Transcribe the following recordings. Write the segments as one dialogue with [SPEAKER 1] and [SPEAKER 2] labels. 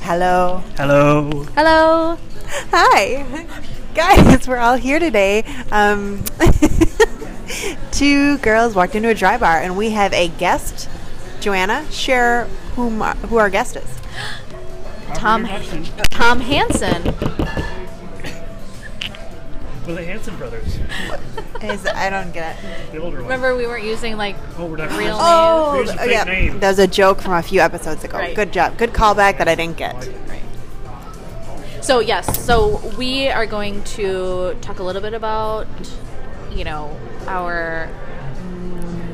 [SPEAKER 1] Hello.
[SPEAKER 2] Hello.
[SPEAKER 3] Hello.
[SPEAKER 1] Hi. Guys, we're all here today. Um, two girls walked into a dry bar, and we have a guest. Joanna, share whom, who our guest is.
[SPEAKER 3] Tom Hansen. Tom Hansen.
[SPEAKER 2] We're the Hanson brothers.
[SPEAKER 1] is I don't get it.
[SPEAKER 2] The older one.
[SPEAKER 3] Remember, we weren't using like.
[SPEAKER 2] Oh, we're not
[SPEAKER 3] Real-
[SPEAKER 1] Oh,
[SPEAKER 2] Here's a
[SPEAKER 1] th-
[SPEAKER 2] fake
[SPEAKER 1] yeah.
[SPEAKER 2] name.
[SPEAKER 1] That was a joke from a few episodes ago.
[SPEAKER 3] Right.
[SPEAKER 1] Good job. Good callback that I didn't get.
[SPEAKER 3] So yes, so we are going to talk a little bit about, you know, our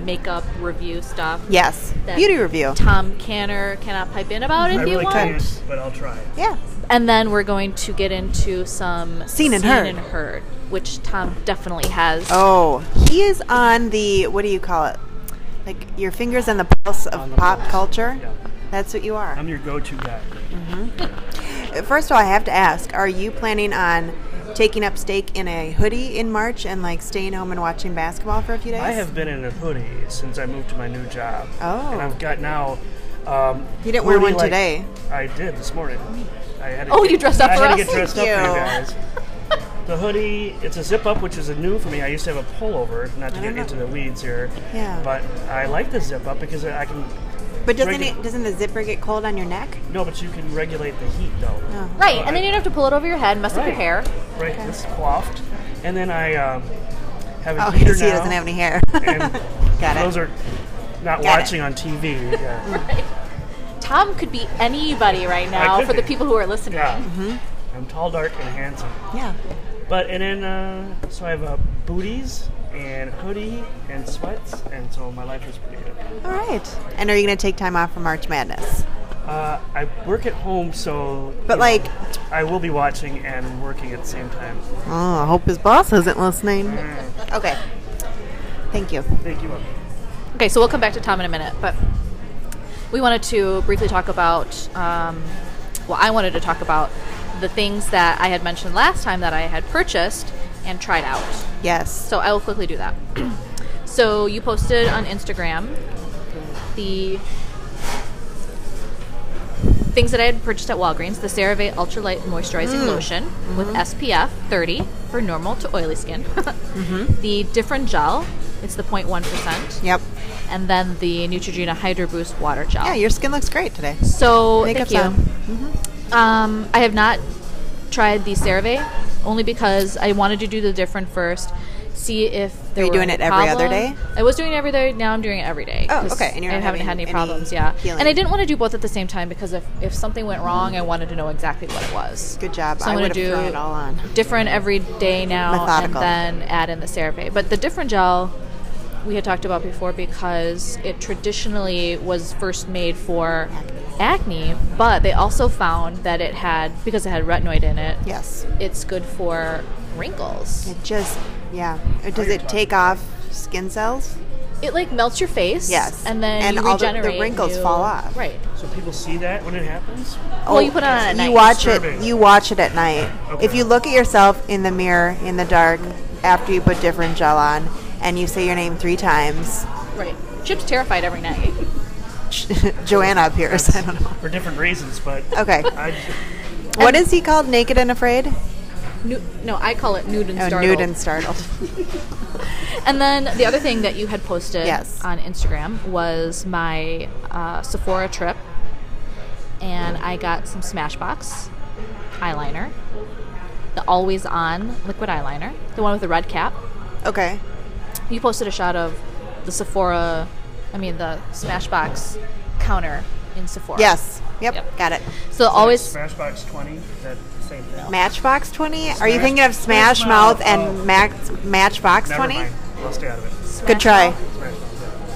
[SPEAKER 3] makeup review stuff.
[SPEAKER 1] Yes.
[SPEAKER 3] that
[SPEAKER 1] Beauty review.
[SPEAKER 3] Tom Canner cannot pipe in about if
[SPEAKER 2] I
[SPEAKER 3] you
[SPEAKER 2] really
[SPEAKER 3] want.
[SPEAKER 2] can't, but I'll try.
[SPEAKER 1] Yeah.
[SPEAKER 3] And then we're going to get into some
[SPEAKER 1] Seen and Heard.
[SPEAKER 3] and heard, which Tom definitely has.
[SPEAKER 1] Oh, he is on the what do you call it? Like your fingers on the pulse of pop culture.
[SPEAKER 2] Yeah.
[SPEAKER 1] That's what you are.
[SPEAKER 2] I'm your go-to guy.
[SPEAKER 1] First of all, I have to ask: Are you planning on taking up stake in a hoodie in March and like staying home and watching basketball for a few days?
[SPEAKER 2] I have been in a hoodie since I moved to my new job.
[SPEAKER 1] Oh.
[SPEAKER 2] And I've got now. Um,
[SPEAKER 1] You didn't wear
[SPEAKER 2] hoodie
[SPEAKER 1] one
[SPEAKER 2] like-
[SPEAKER 1] today.
[SPEAKER 2] I did this morning. I had to
[SPEAKER 3] Oh,
[SPEAKER 2] get-
[SPEAKER 3] you dressed up
[SPEAKER 2] I
[SPEAKER 3] for
[SPEAKER 2] had
[SPEAKER 3] us?
[SPEAKER 2] to get dressed
[SPEAKER 1] Thank
[SPEAKER 2] up for you
[SPEAKER 1] you.
[SPEAKER 2] guys. The hoodie, it's a zip up, which is a new for me. I used to have a pullover, not to get
[SPEAKER 1] don't
[SPEAKER 3] Ah.
[SPEAKER 1] know.
[SPEAKER 2] into the weeds here.
[SPEAKER 1] Yeah.
[SPEAKER 2] But I like the zip up because I can.
[SPEAKER 1] But doesn't
[SPEAKER 2] Regular-
[SPEAKER 1] it doesn't the zipper get cold on your neck?
[SPEAKER 2] No, but you can regulate the heat though.
[SPEAKER 1] Oh.
[SPEAKER 3] Ah. Right, and then you don't have to pull it over your head, mess up your hair.
[SPEAKER 2] Right, it's coiffed. And then I um, have a
[SPEAKER 1] Oh,
[SPEAKER 2] heater
[SPEAKER 1] because he
[SPEAKER 2] now.
[SPEAKER 1] doesn't have any hair.
[SPEAKER 2] and
[SPEAKER 1] Got it.
[SPEAKER 2] Those are
[SPEAKER 1] Got
[SPEAKER 2] not
[SPEAKER 1] it.
[SPEAKER 2] watching on TV. Yeah.
[SPEAKER 3] Tom could be anybody right now
[SPEAKER 2] could
[SPEAKER 3] for the
[SPEAKER 2] be.
[SPEAKER 3] people who are listening.
[SPEAKER 2] yeah.
[SPEAKER 1] Mm-hmm.
[SPEAKER 2] I'm tall, dark, and handsome.
[SPEAKER 1] yeah.
[SPEAKER 2] But and then uh, so I have uh, booties and hoodie and sweats, and so my life is pretty good.
[SPEAKER 1] All right. And are you going to take time off for March Madness?
[SPEAKER 2] Uh, I work at home, so
[SPEAKER 1] But
[SPEAKER 2] you
[SPEAKER 1] like,
[SPEAKER 2] know, I will be watching and working at the same time.
[SPEAKER 1] oh, I hope his boss isn't listening.
[SPEAKER 2] Mm.
[SPEAKER 1] Okay. Thank you.
[SPEAKER 2] Thank you.
[SPEAKER 3] Okay, so we'll come back to Tom in a minute, but we wanted to briefly talk about. Um, well, I wanted to talk about the things that I had mentioned last time that I had purchased and tried out.
[SPEAKER 1] Yes.
[SPEAKER 3] So I will quickly do that. so you posted on Instagram the things that I had purchased at Walgreens: the CeraVe Ultralight Moisturizing Lotion with SPF 30 for normal to oily skin. The different gel, it's the 0.1 percent,
[SPEAKER 1] Yep.
[SPEAKER 3] and then the Neutrogena Hydro Boost Water Gel.
[SPEAKER 1] Yeah, your skin looks great today.
[SPEAKER 3] So
[SPEAKER 1] Makeup's
[SPEAKER 3] thank you.
[SPEAKER 1] Mm-hmm.
[SPEAKER 3] Um, I have not tried the CeraVe only because I wanted to do the different first, see if there
[SPEAKER 1] Are you
[SPEAKER 3] were
[SPEAKER 1] doing
[SPEAKER 3] any
[SPEAKER 1] it every other
[SPEAKER 3] problems.
[SPEAKER 1] day?
[SPEAKER 3] I was doing it every day. Now I'm doing it every day.
[SPEAKER 1] Oh,
[SPEAKER 3] 'cause
[SPEAKER 1] okay, and you're
[SPEAKER 3] I
[SPEAKER 1] not
[SPEAKER 3] haven't had
[SPEAKER 1] having
[SPEAKER 3] any
[SPEAKER 1] any
[SPEAKER 3] problems. yeah,
[SPEAKER 1] healing.
[SPEAKER 3] and I didn't want to do both at the same time because if, if something went wrong, I wanted to know exactly what it was.
[SPEAKER 1] Good job.
[SPEAKER 3] So
[SPEAKER 1] I
[SPEAKER 3] I'm gonna
[SPEAKER 1] would have
[SPEAKER 3] do
[SPEAKER 1] thrown it all on.
[SPEAKER 3] different every day now,
[SPEAKER 1] Methodical.
[SPEAKER 3] and then add in the CeraVe. But the different gel we had talked about before because it traditionally was first made for acne, but they also found that it had because it had retinoid in it.
[SPEAKER 1] Yes.
[SPEAKER 3] it's good for wrinkles.
[SPEAKER 1] It just, yeah. Uh, Does it take off skin cells?
[SPEAKER 3] It like melts your face.
[SPEAKER 1] Yes.
[SPEAKER 3] and then
[SPEAKER 1] And
[SPEAKER 3] you
[SPEAKER 1] all the- the
[SPEAKER 3] regenerate.
[SPEAKER 1] wrinkles
[SPEAKER 3] new-
[SPEAKER 1] fall off. Oh,
[SPEAKER 3] Right.
[SPEAKER 2] So people see that when it happens.
[SPEAKER 3] Well, you put it on at
[SPEAKER 1] you
[SPEAKER 3] night.
[SPEAKER 1] watch it.
[SPEAKER 2] Disturbing.
[SPEAKER 1] You watch it at night.
[SPEAKER 2] Okay.
[SPEAKER 1] If you look at yourself in the mirror in the dark after you put different gel on, and you say your name three times,
[SPEAKER 3] Right. Chip's terrified every night.
[SPEAKER 1] Joanna appears. I don't know.
[SPEAKER 2] For different reasons, but
[SPEAKER 1] Okay.
[SPEAKER 2] I,
[SPEAKER 1] What is he called? Naked and afraid?
[SPEAKER 3] Nu- no, I call it nude and
[SPEAKER 1] Oh,
[SPEAKER 3] startled.
[SPEAKER 1] nude and startled.
[SPEAKER 3] And then the other thing that you had posted
[SPEAKER 1] Yes.
[SPEAKER 3] on Instagram was my uh, Sephora trip, and I got some Smashbox eyeliner, the always on liquid eyeliner, the one with the red cap.
[SPEAKER 1] Okay.
[SPEAKER 3] You posted a shot of the Sephora, I mean the Smashbox counter in Sephora.
[SPEAKER 1] Yes. Yep.
[SPEAKER 3] Yep.
[SPEAKER 1] Got it.
[SPEAKER 3] So always
[SPEAKER 2] Smashbox Twenty. Is that the same thing?
[SPEAKER 1] Matchbox Twenty? Are you
[SPEAKER 2] Smash-
[SPEAKER 1] thinking of Smash,
[SPEAKER 2] Smash
[SPEAKER 1] Mouth
[SPEAKER 2] Mouth,
[SPEAKER 1] and
[SPEAKER 2] oh.
[SPEAKER 1] Max Matchbox
[SPEAKER 2] Never
[SPEAKER 1] Twenty?
[SPEAKER 2] mind. I'll stay out of it.
[SPEAKER 1] Good try.
[SPEAKER 2] Smashbox. yeah.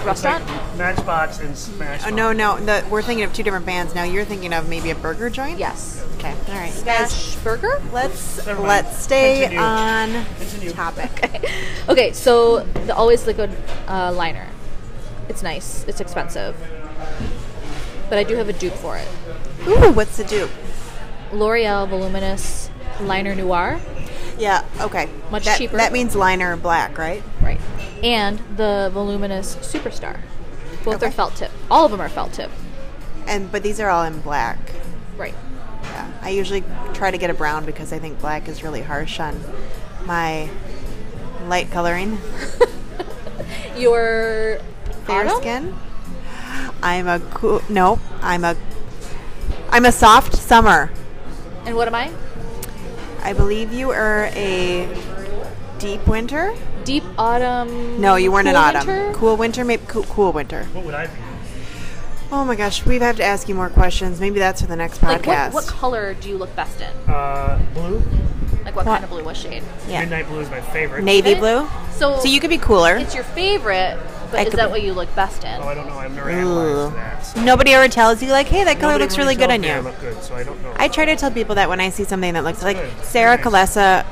[SPEAKER 3] the restaurant.
[SPEAKER 2] Matchbox and Smash.
[SPEAKER 1] Oh, no, no. The, we're thinking of two different bands. Now you're thinking of maybe a burger joint.
[SPEAKER 3] Yes.
[SPEAKER 1] Okay. All right.
[SPEAKER 3] Smash burger.
[SPEAKER 1] Let's
[SPEAKER 2] Never mind.
[SPEAKER 1] let's stay
[SPEAKER 2] Continue.
[SPEAKER 1] on
[SPEAKER 2] Continue.
[SPEAKER 1] topic.
[SPEAKER 3] Okay, so the always liquid uh, liner. It's nice. It's expensive, but I do have a dupe for it.
[SPEAKER 1] Ooh, what's the dupe?
[SPEAKER 3] L'Oreal Voluminous Liner Noir,
[SPEAKER 1] Yeah. Okay.
[SPEAKER 3] Much
[SPEAKER 1] that,
[SPEAKER 3] cheaper.
[SPEAKER 1] That means liner black, right?
[SPEAKER 3] right? And the Voluminous Superstar. Both are
[SPEAKER 1] Okay.
[SPEAKER 3] felt tip. All of them are felt tip.
[SPEAKER 1] And but these are all in black.
[SPEAKER 3] Right.
[SPEAKER 1] Yeah, I usually try to get a brown because I think black is really harsh on my light coloring,
[SPEAKER 3] Your
[SPEAKER 1] fair
[SPEAKER 3] autumn?
[SPEAKER 1] skin. I'm a cool. No, I'm a. I'm a soft summer.
[SPEAKER 3] And what am I?
[SPEAKER 1] I believe you are a deep winter.
[SPEAKER 3] Deep autumn.
[SPEAKER 1] No, you weren't an
[SPEAKER 3] cool
[SPEAKER 1] autumn.
[SPEAKER 3] winter?
[SPEAKER 1] Cool winter, maybe cool, cool winter.
[SPEAKER 2] What would I be?
[SPEAKER 1] Oh my gosh, we have to ask you more questions. Maybe that's for the next
[SPEAKER 3] Like
[SPEAKER 1] podcast.
[SPEAKER 3] what, what color do you look best in?
[SPEAKER 2] Uh, blue.
[SPEAKER 3] Like what,
[SPEAKER 1] What?
[SPEAKER 3] kind of blue? What shade?
[SPEAKER 1] yeah,
[SPEAKER 2] Midnight blue is my favorite.
[SPEAKER 1] navy
[SPEAKER 3] Okay.
[SPEAKER 1] blue.
[SPEAKER 3] So,
[SPEAKER 1] So you could be cooler.
[SPEAKER 3] It's your favorite, but
[SPEAKER 1] I
[SPEAKER 3] is
[SPEAKER 1] could
[SPEAKER 3] that
[SPEAKER 1] be-
[SPEAKER 3] what you look best in?
[SPEAKER 2] Oh, I don't know. I've never
[SPEAKER 1] Ooh.
[SPEAKER 2] analyzed that. So
[SPEAKER 1] Nobody ever tells you like, hey, that color
[SPEAKER 2] nobody
[SPEAKER 1] looks really good
[SPEAKER 2] tells
[SPEAKER 1] on
[SPEAKER 2] me I
[SPEAKER 1] you.
[SPEAKER 2] look good, so I don't know.
[SPEAKER 1] I try to tell people that when I see something that looks like
[SPEAKER 2] good. It's
[SPEAKER 1] Sarah
[SPEAKER 2] nice.
[SPEAKER 1] Kalesa,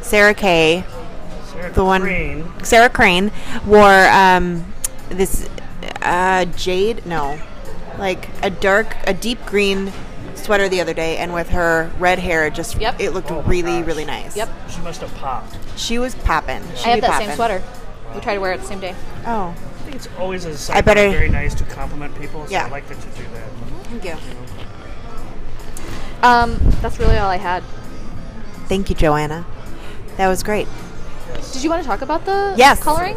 [SPEAKER 1] Sarah Kay,
[SPEAKER 2] Sarah
[SPEAKER 1] the one
[SPEAKER 2] Crane.
[SPEAKER 1] Sarah Crane wore um, this uh, jade, no, like a dark, a deep green sweater the other day, and with her red hair, it just
[SPEAKER 3] Yep.
[SPEAKER 1] it looked
[SPEAKER 2] Oh my
[SPEAKER 1] really,
[SPEAKER 2] gosh.
[SPEAKER 1] really nice.
[SPEAKER 3] Yep.
[SPEAKER 2] She must have popped.
[SPEAKER 1] she was popping.
[SPEAKER 3] I have that same sweater. We try to wear it the same day.
[SPEAKER 1] Oh,
[SPEAKER 2] I think it's always a
[SPEAKER 1] I
[SPEAKER 2] sign
[SPEAKER 1] better-
[SPEAKER 2] better, very nice to compliment people. So
[SPEAKER 1] Yeah.
[SPEAKER 2] I like that you do that.
[SPEAKER 1] thank you,
[SPEAKER 3] Um, that's really all I had.
[SPEAKER 1] thank you, Joanna. That was great.
[SPEAKER 3] Did you want to talk about the
[SPEAKER 1] Yes.
[SPEAKER 3] coloring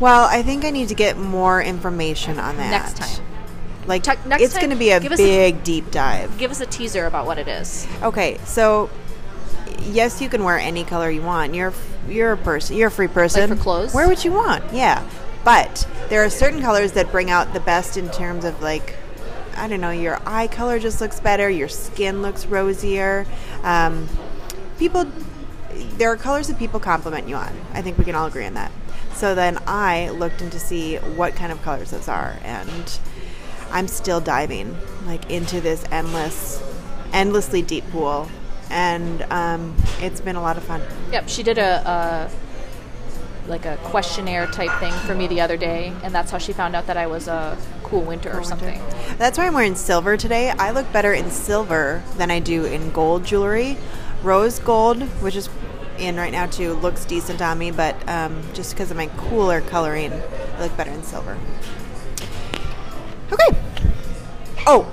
[SPEAKER 1] Well, I think I need to get more information on that
[SPEAKER 3] next time?
[SPEAKER 1] Like
[SPEAKER 3] Tuck- next
[SPEAKER 1] it's
[SPEAKER 3] time,
[SPEAKER 1] going to be a
[SPEAKER 3] give us a-
[SPEAKER 1] big deep dive.
[SPEAKER 3] Give us a teaser about what it is.
[SPEAKER 1] Okay, so yes, you can wear any color you want. You're you're a person. You're a free person.
[SPEAKER 3] for clothes?
[SPEAKER 1] wear what you want. Yeah, but there are certain colors that bring out the best in terms of like, I don't know, your eye color just looks better. Your skin looks rosier. Um, people, there are colors that people compliment you on. I think we can all agree on that. So then I looked into see what kind of colors those are, and I'm still diving like into this endless, endlessly deep pool, and um, it's been a lot of fun.
[SPEAKER 3] Yep, she did a, uh like a questionnaire type thing for me the other day, and that's how she found out that I was a cool winter or something.
[SPEAKER 1] That's why I'm wearing silver today. I look better in silver than I do in gold jewelry. Rose gold, which is in right now too, looks decent on me, but um, just because of my cooler coloring, I look better in silver. Okay. Oh,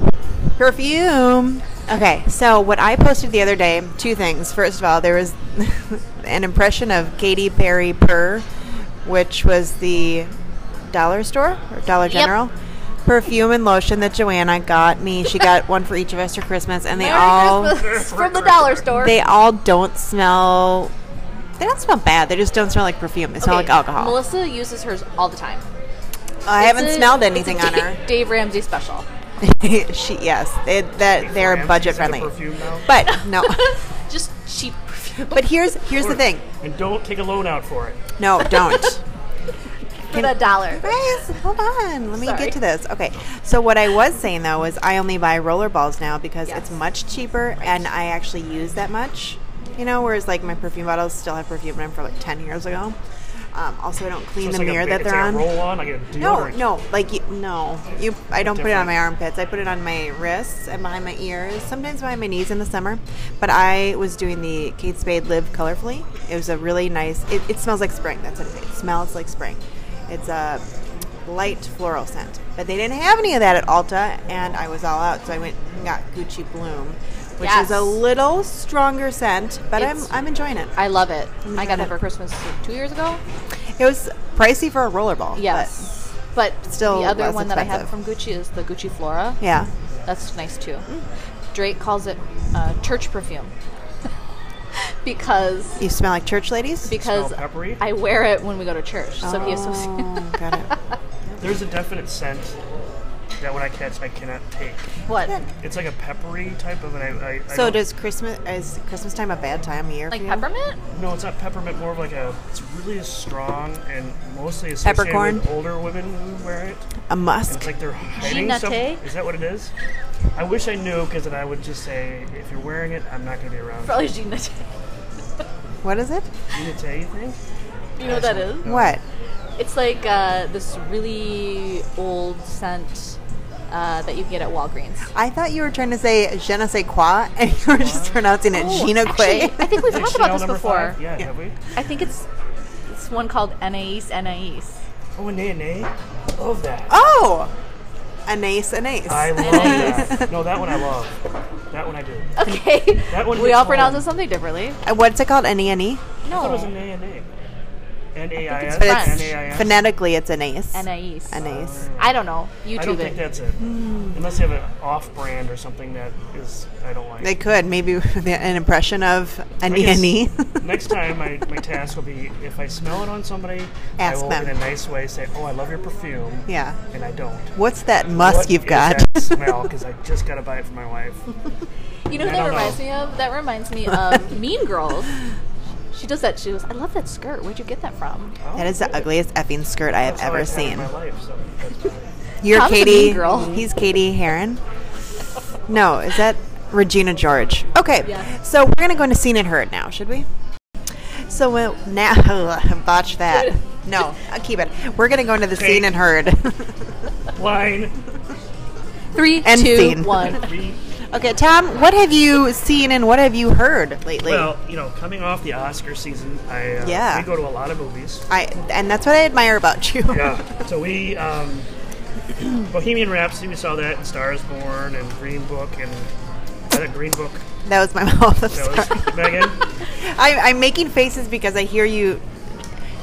[SPEAKER 1] perfume. Okay, so what I posted the other day, two things. First of all, there was an impression of Katy Perry Purr, which was the dollar store or Dollar General perfume and lotion that Joanna got me. She got one for each of us for Christmas, and they
[SPEAKER 3] Merry
[SPEAKER 1] all
[SPEAKER 3] Christmas from the dollar store.
[SPEAKER 1] they all don't smell. They don't smell bad. They just don't smell like perfume. They smell
[SPEAKER 3] Okay,
[SPEAKER 1] like alcohol.
[SPEAKER 3] Melissa uses hers all the time.
[SPEAKER 1] I
[SPEAKER 3] It's
[SPEAKER 1] haven't
[SPEAKER 3] a-
[SPEAKER 1] smelled
[SPEAKER 3] it's a
[SPEAKER 1] anything on
[SPEAKER 3] Dave-
[SPEAKER 1] her.
[SPEAKER 3] Dave Ramsey special.
[SPEAKER 1] she yes, they, that
[SPEAKER 2] Before
[SPEAKER 1] they're
[SPEAKER 2] Ramsey's
[SPEAKER 1] budget
[SPEAKER 2] in the
[SPEAKER 1] friendly.
[SPEAKER 2] perfume now?
[SPEAKER 1] But no.
[SPEAKER 3] Just cheap perfume.
[SPEAKER 1] But here's here's the thing.
[SPEAKER 2] And don't take a loan out for it.
[SPEAKER 1] No, don't.
[SPEAKER 3] for the dollar.
[SPEAKER 1] Guys, hold on. Let me
[SPEAKER 3] Sorry.
[SPEAKER 1] get to this. Okay. So what I was saying though is I only buy roller balls now because
[SPEAKER 3] Yes.
[SPEAKER 1] it's much cheaper and I actually use that much. You know, whereas like my perfume bottles still have perfume in them from like ten years ago. Um, also, I don't
[SPEAKER 2] So
[SPEAKER 1] clean
[SPEAKER 2] it's
[SPEAKER 1] the
[SPEAKER 2] like
[SPEAKER 1] mirror
[SPEAKER 2] a,
[SPEAKER 1] that
[SPEAKER 2] it's
[SPEAKER 1] they're on.
[SPEAKER 2] like a roll on. I get a
[SPEAKER 1] No,
[SPEAKER 2] deodorant.
[SPEAKER 1] no, like you, no, you. I don't put it on
[SPEAKER 2] Different.
[SPEAKER 1] my armpits. I put it on my wrists and behind my ears. Sometimes behind my knees in the summer. But I was doing the Kate Spade Live Colorfully. It was a really nice. It, it smells like spring. That's what it is. It smells like spring. It's a light floral scent. But they didn't have any of that at Alta, and I was all out. So I went and got Gucci Bloom, which
[SPEAKER 3] Yes.
[SPEAKER 1] is a little stronger scent. But
[SPEAKER 3] It's-
[SPEAKER 1] I'm I'm enjoying it.
[SPEAKER 3] I love it. I got
[SPEAKER 1] it.
[SPEAKER 3] it for Christmas two years ago.
[SPEAKER 1] It was pricey for a rollerball. But
[SPEAKER 3] Yes. But,
[SPEAKER 1] still
[SPEAKER 3] the other
[SPEAKER 1] less
[SPEAKER 3] one that I had from
[SPEAKER 1] expensive.
[SPEAKER 3] Gucci is the Gucci Flora.
[SPEAKER 1] yeah.
[SPEAKER 3] That's nice too. Drake calls it uh, church perfume because
[SPEAKER 1] You smell like church ladies.
[SPEAKER 3] because
[SPEAKER 2] Smell peppery?
[SPEAKER 3] I wear it when we go to church, so he associates
[SPEAKER 1] Oh, got it.
[SPEAKER 2] There's a definite scent that when I catch, I cannot take.
[SPEAKER 3] what
[SPEAKER 2] It's like a peppery type of, and I. I, I
[SPEAKER 1] So
[SPEAKER 2] don't-
[SPEAKER 1] does Christmas is Christmas time a bad time of year?
[SPEAKER 3] like
[SPEAKER 1] for you?
[SPEAKER 3] peppermint.
[SPEAKER 2] No, it's not peppermint. More of like a. It's really strong and mostly associated
[SPEAKER 1] Peppercorn?
[SPEAKER 2] with older women who wear it.
[SPEAKER 1] A
[SPEAKER 2] It's
[SPEAKER 1] musk.
[SPEAKER 2] like they're hiding
[SPEAKER 3] Ginate?
[SPEAKER 2] something. Is that what it is? I wish I knew, because then I would just say, if you're wearing it, I'm not going to be around.
[SPEAKER 3] Probably Ginate.
[SPEAKER 1] What is it?
[SPEAKER 2] Ginate, you think?
[SPEAKER 3] You know what that is?
[SPEAKER 1] What?
[SPEAKER 3] It's like uh, this really old scent uh, that you get at Walgreens.
[SPEAKER 1] I thought you were trying to say je ne sais quoi, and you were just pronouncing it
[SPEAKER 3] Oh,
[SPEAKER 1] Gina
[SPEAKER 3] actually,
[SPEAKER 1] Quay.
[SPEAKER 3] I think we've talked about
[SPEAKER 2] Chanel
[SPEAKER 3] this
[SPEAKER 2] number
[SPEAKER 3] before.
[SPEAKER 2] five? Yeah, have we?
[SPEAKER 3] I think it's it's one called Anais Anais.
[SPEAKER 2] Oh, and nay, nay. Love that.
[SPEAKER 1] Oh, anise anise.
[SPEAKER 2] I love that. No, that one I love. That one I do.
[SPEAKER 3] Okay.
[SPEAKER 2] That one
[SPEAKER 3] we
[SPEAKER 2] hits
[SPEAKER 3] all pronounce
[SPEAKER 2] home.
[SPEAKER 3] it something differently.
[SPEAKER 1] Uh, What's it called? Any any?
[SPEAKER 2] I thought it was
[SPEAKER 3] No.
[SPEAKER 2] an A and A. N A I
[SPEAKER 3] it's
[SPEAKER 2] S.
[SPEAKER 1] But Oh. it's
[SPEAKER 3] French.
[SPEAKER 2] N-A-I-S?
[SPEAKER 1] phonetically, it's anise.
[SPEAKER 3] Anais.
[SPEAKER 1] Anise.
[SPEAKER 3] I don't know. You
[SPEAKER 2] I don't
[SPEAKER 3] tube
[SPEAKER 2] think
[SPEAKER 3] it.
[SPEAKER 2] that's it. Unless you have an off-brand or something that is I don't like.
[SPEAKER 1] They could maybe an impression of
[SPEAKER 2] I
[SPEAKER 1] any
[SPEAKER 2] guess
[SPEAKER 1] any.
[SPEAKER 2] next time, my, my task will be if I smell it on somebody,
[SPEAKER 1] Ask
[SPEAKER 2] I will
[SPEAKER 1] them.
[SPEAKER 2] in a nice way say, "Oh, I love your perfume."
[SPEAKER 1] Yeah.
[SPEAKER 2] And I don't.
[SPEAKER 1] What's that musk
[SPEAKER 2] What
[SPEAKER 1] you've
[SPEAKER 2] is
[SPEAKER 1] got?
[SPEAKER 2] that smell because I just got to buy it for my wife.
[SPEAKER 3] You know
[SPEAKER 2] I
[SPEAKER 3] who that
[SPEAKER 2] don't
[SPEAKER 3] reminds
[SPEAKER 2] know.
[SPEAKER 3] me of? That reminds me of Mean Girls. She does that. She goes, I love that skirt. Where'd you get that from?
[SPEAKER 2] Oh,
[SPEAKER 1] That is the ugliest effing skirt I have
[SPEAKER 2] that's how
[SPEAKER 1] ever
[SPEAKER 2] I've had it
[SPEAKER 1] seen.
[SPEAKER 2] In my life, so that's fine.
[SPEAKER 1] You're
[SPEAKER 3] Tom's a mean
[SPEAKER 1] Katie.
[SPEAKER 3] girl.
[SPEAKER 1] He's Katie Heron. No, is that Regina George? Okay,
[SPEAKER 3] Yes.
[SPEAKER 1] so we're gonna go into Seen and Heard now, should we? So we'll, now, botch that. No, I'll keep it. We're gonna go into the Seen and Heard.
[SPEAKER 2] Line
[SPEAKER 3] Three, two, one.
[SPEAKER 1] End scene.
[SPEAKER 2] three.
[SPEAKER 1] okay, Tom, what have you seen and what have you heard lately?
[SPEAKER 2] Well, you know, coming off the Oscar season, I uh,
[SPEAKER 1] Yeah.
[SPEAKER 2] we go to a lot of movies.
[SPEAKER 1] I and that's what I admire about you.
[SPEAKER 2] yeah. So we um, Bohemian Rhapsody. We saw that, and Stars Born, and Green Book, and is that a Green Book.
[SPEAKER 1] That was my mouth. I'm,
[SPEAKER 2] That
[SPEAKER 1] sorry.
[SPEAKER 2] was Megan.
[SPEAKER 1] I, I'm making faces because I hear you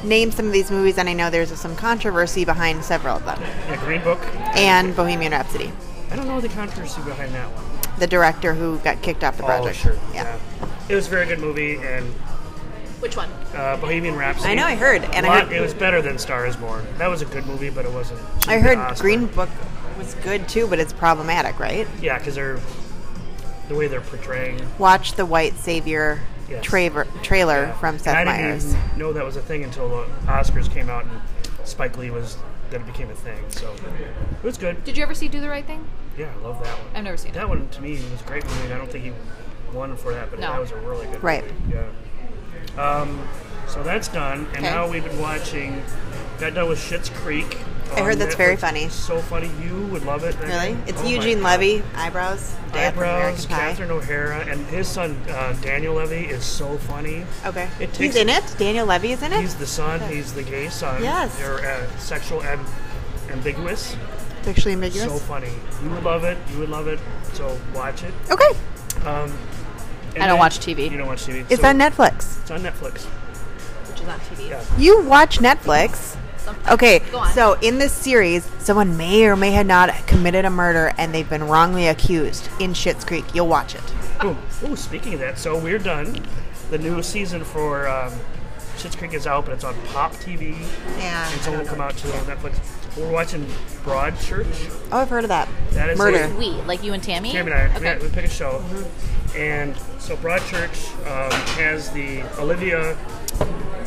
[SPEAKER 1] name some of these movies, and I know there's some controversy behind several of them,
[SPEAKER 2] Yeah, Green Book.
[SPEAKER 1] and Bohemian Rhapsody.
[SPEAKER 2] I don't know the controversy behind that one.
[SPEAKER 1] the director who got kicked off the project.
[SPEAKER 2] Oh, sure.
[SPEAKER 1] Yeah.
[SPEAKER 2] It was a very good movie, and
[SPEAKER 3] Which one?
[SPEAKER 2] uh, Bohemian Rhapsody.
[SPEAKER 1] I know, I heard, and
[SPEAKER 2] a
[SPEAKER 1] I
[SPEAKER 2] lot-
[SPEAKER 1] heard-
[SPEAKER 2] It was better than Star Is Born. That was a good movie, but it wasn't.
[SPEAKER 1] I heard
[SPEAKER 2] Oscar.
[SPEAKER 1] Green Book was good too, but it's problematic, right?
[SPEAKER 2] Yeah, because they're the way they're portraying.
[SPEAKER 1] Watch the White Savior
[SPEAKER 2] Yes.
[SPEAKER 1] traver- trailer
[SPEAKER 2] Yeah.
[SPEAKER 1] from
[SPEAKER 2] And
[SPEAKER 1] Seth
[SPEAKER 2] I didn't
[SPEAKER 1] Meyers.
[SPEAKER 2] even know that was a thing until the Oscars came out and Spike Lee was that it became a thing. So it was good.
[SPEAKER 3] Did you ever see Do the Right Thing?
[SPEAKER 2] Yeah, I love that one.
[SPEAKER 3] I've never seen it.
[SPEAKER 2] That one to me was a great movie. and I don't think he won for that, but
[SPEAKER 3] No.
[SPEAKER 2] that was a really good
[SPEAKER 1] Right.
[SPEAKER 2] movie. Yeah. Um, so that's done, and
[SPEAKER 1] Okay.
[SPEAKER 2] now we've been watching. Got done with Schitt's Creek.
[SPEAKER 1] I
[SPEAKER 2] on
[SPEAKER 1] heard that's very
[SPEAKER 2] Netflix.
[SPEAKER 1] funny.
[SPEAKER 2] So funny, you would love it.
[SPEAKER 1] Really? It's
[SPEAKER 2] Oh my
[SPEAKER 1] Eugene
[SPEAKER 2] God.
[SPEAKER 1] Levy, eyebrows, dad
[SPEAKER 2] Eyebrows,
[SPEAKER 1] from American
[SPEAKER 2] Catherine O'Hara, and his son uh, Daniel Levy is so funny.
[SPEAKER 1] Pie. Okay.
[SPEAKER 2] It takes
[SPEAKER 1] He's in it. Daniel Levy is in it.
[SPEAKER 2] He's the son. He's the gay son.
[SPEAKER 1] Yes.
[SPEAKER 2] They're uh, sexual amb- ambiguous.
[SPEAKER 1] Sexually
[SPEAKER 2] So
[SPEAKER 1] ambiguous.
[SPEAKER 2] funny. You would love it. You would love it. So watch it.
[SPEAKER 1] okay.
[SPEAKER 2] Um, and
[SPEAKER 3] I don't watch TV.
[SPEAKER 2] You don't watch TV.
[SPEAKER 1] It's
[SPEAKER 2] so
[SPEAKER 1] on Netflix.
[SPEAKER 2] It's on Netflix.
[SPEAKER 3] Which is on TV.
[SPEAKER 2] Yeah.
[SPEAKER 1] You watch Netflix.
[SPEAKER 3] Sometimes.
[SPEAKER 1] Okay,
[SPEAKER 3] Go on.
[SPEAKER 1] so in this series, someone may or may have not committed a murder and they've been wrongly accused in Schitt's Creek. You'll watch it.
[SPEAKER 2] Boom. Ooh, speaking of that, so we're done. The new season for um, Schitt's Creek is out, but it's on Pop TV,
[SPEAKER 1] Yeah.
[SPEAKER 2] and so it'll come out to Netflix. We're watching Broadchurch.
[SPEAKER 1] Oh, I've heard of that.
[SPEAKER 2] That is
[SPEAKER 1] Murder.
[SPEAKER 2] a-
[SPEAKER 3] We, like you and Tammy?
[SPEAKER 2] Tammy and I,
[SPEAKER 3] Okay.
[SPEAKER 2] we, we pick a show. And so Broadchurch um, has the Olivia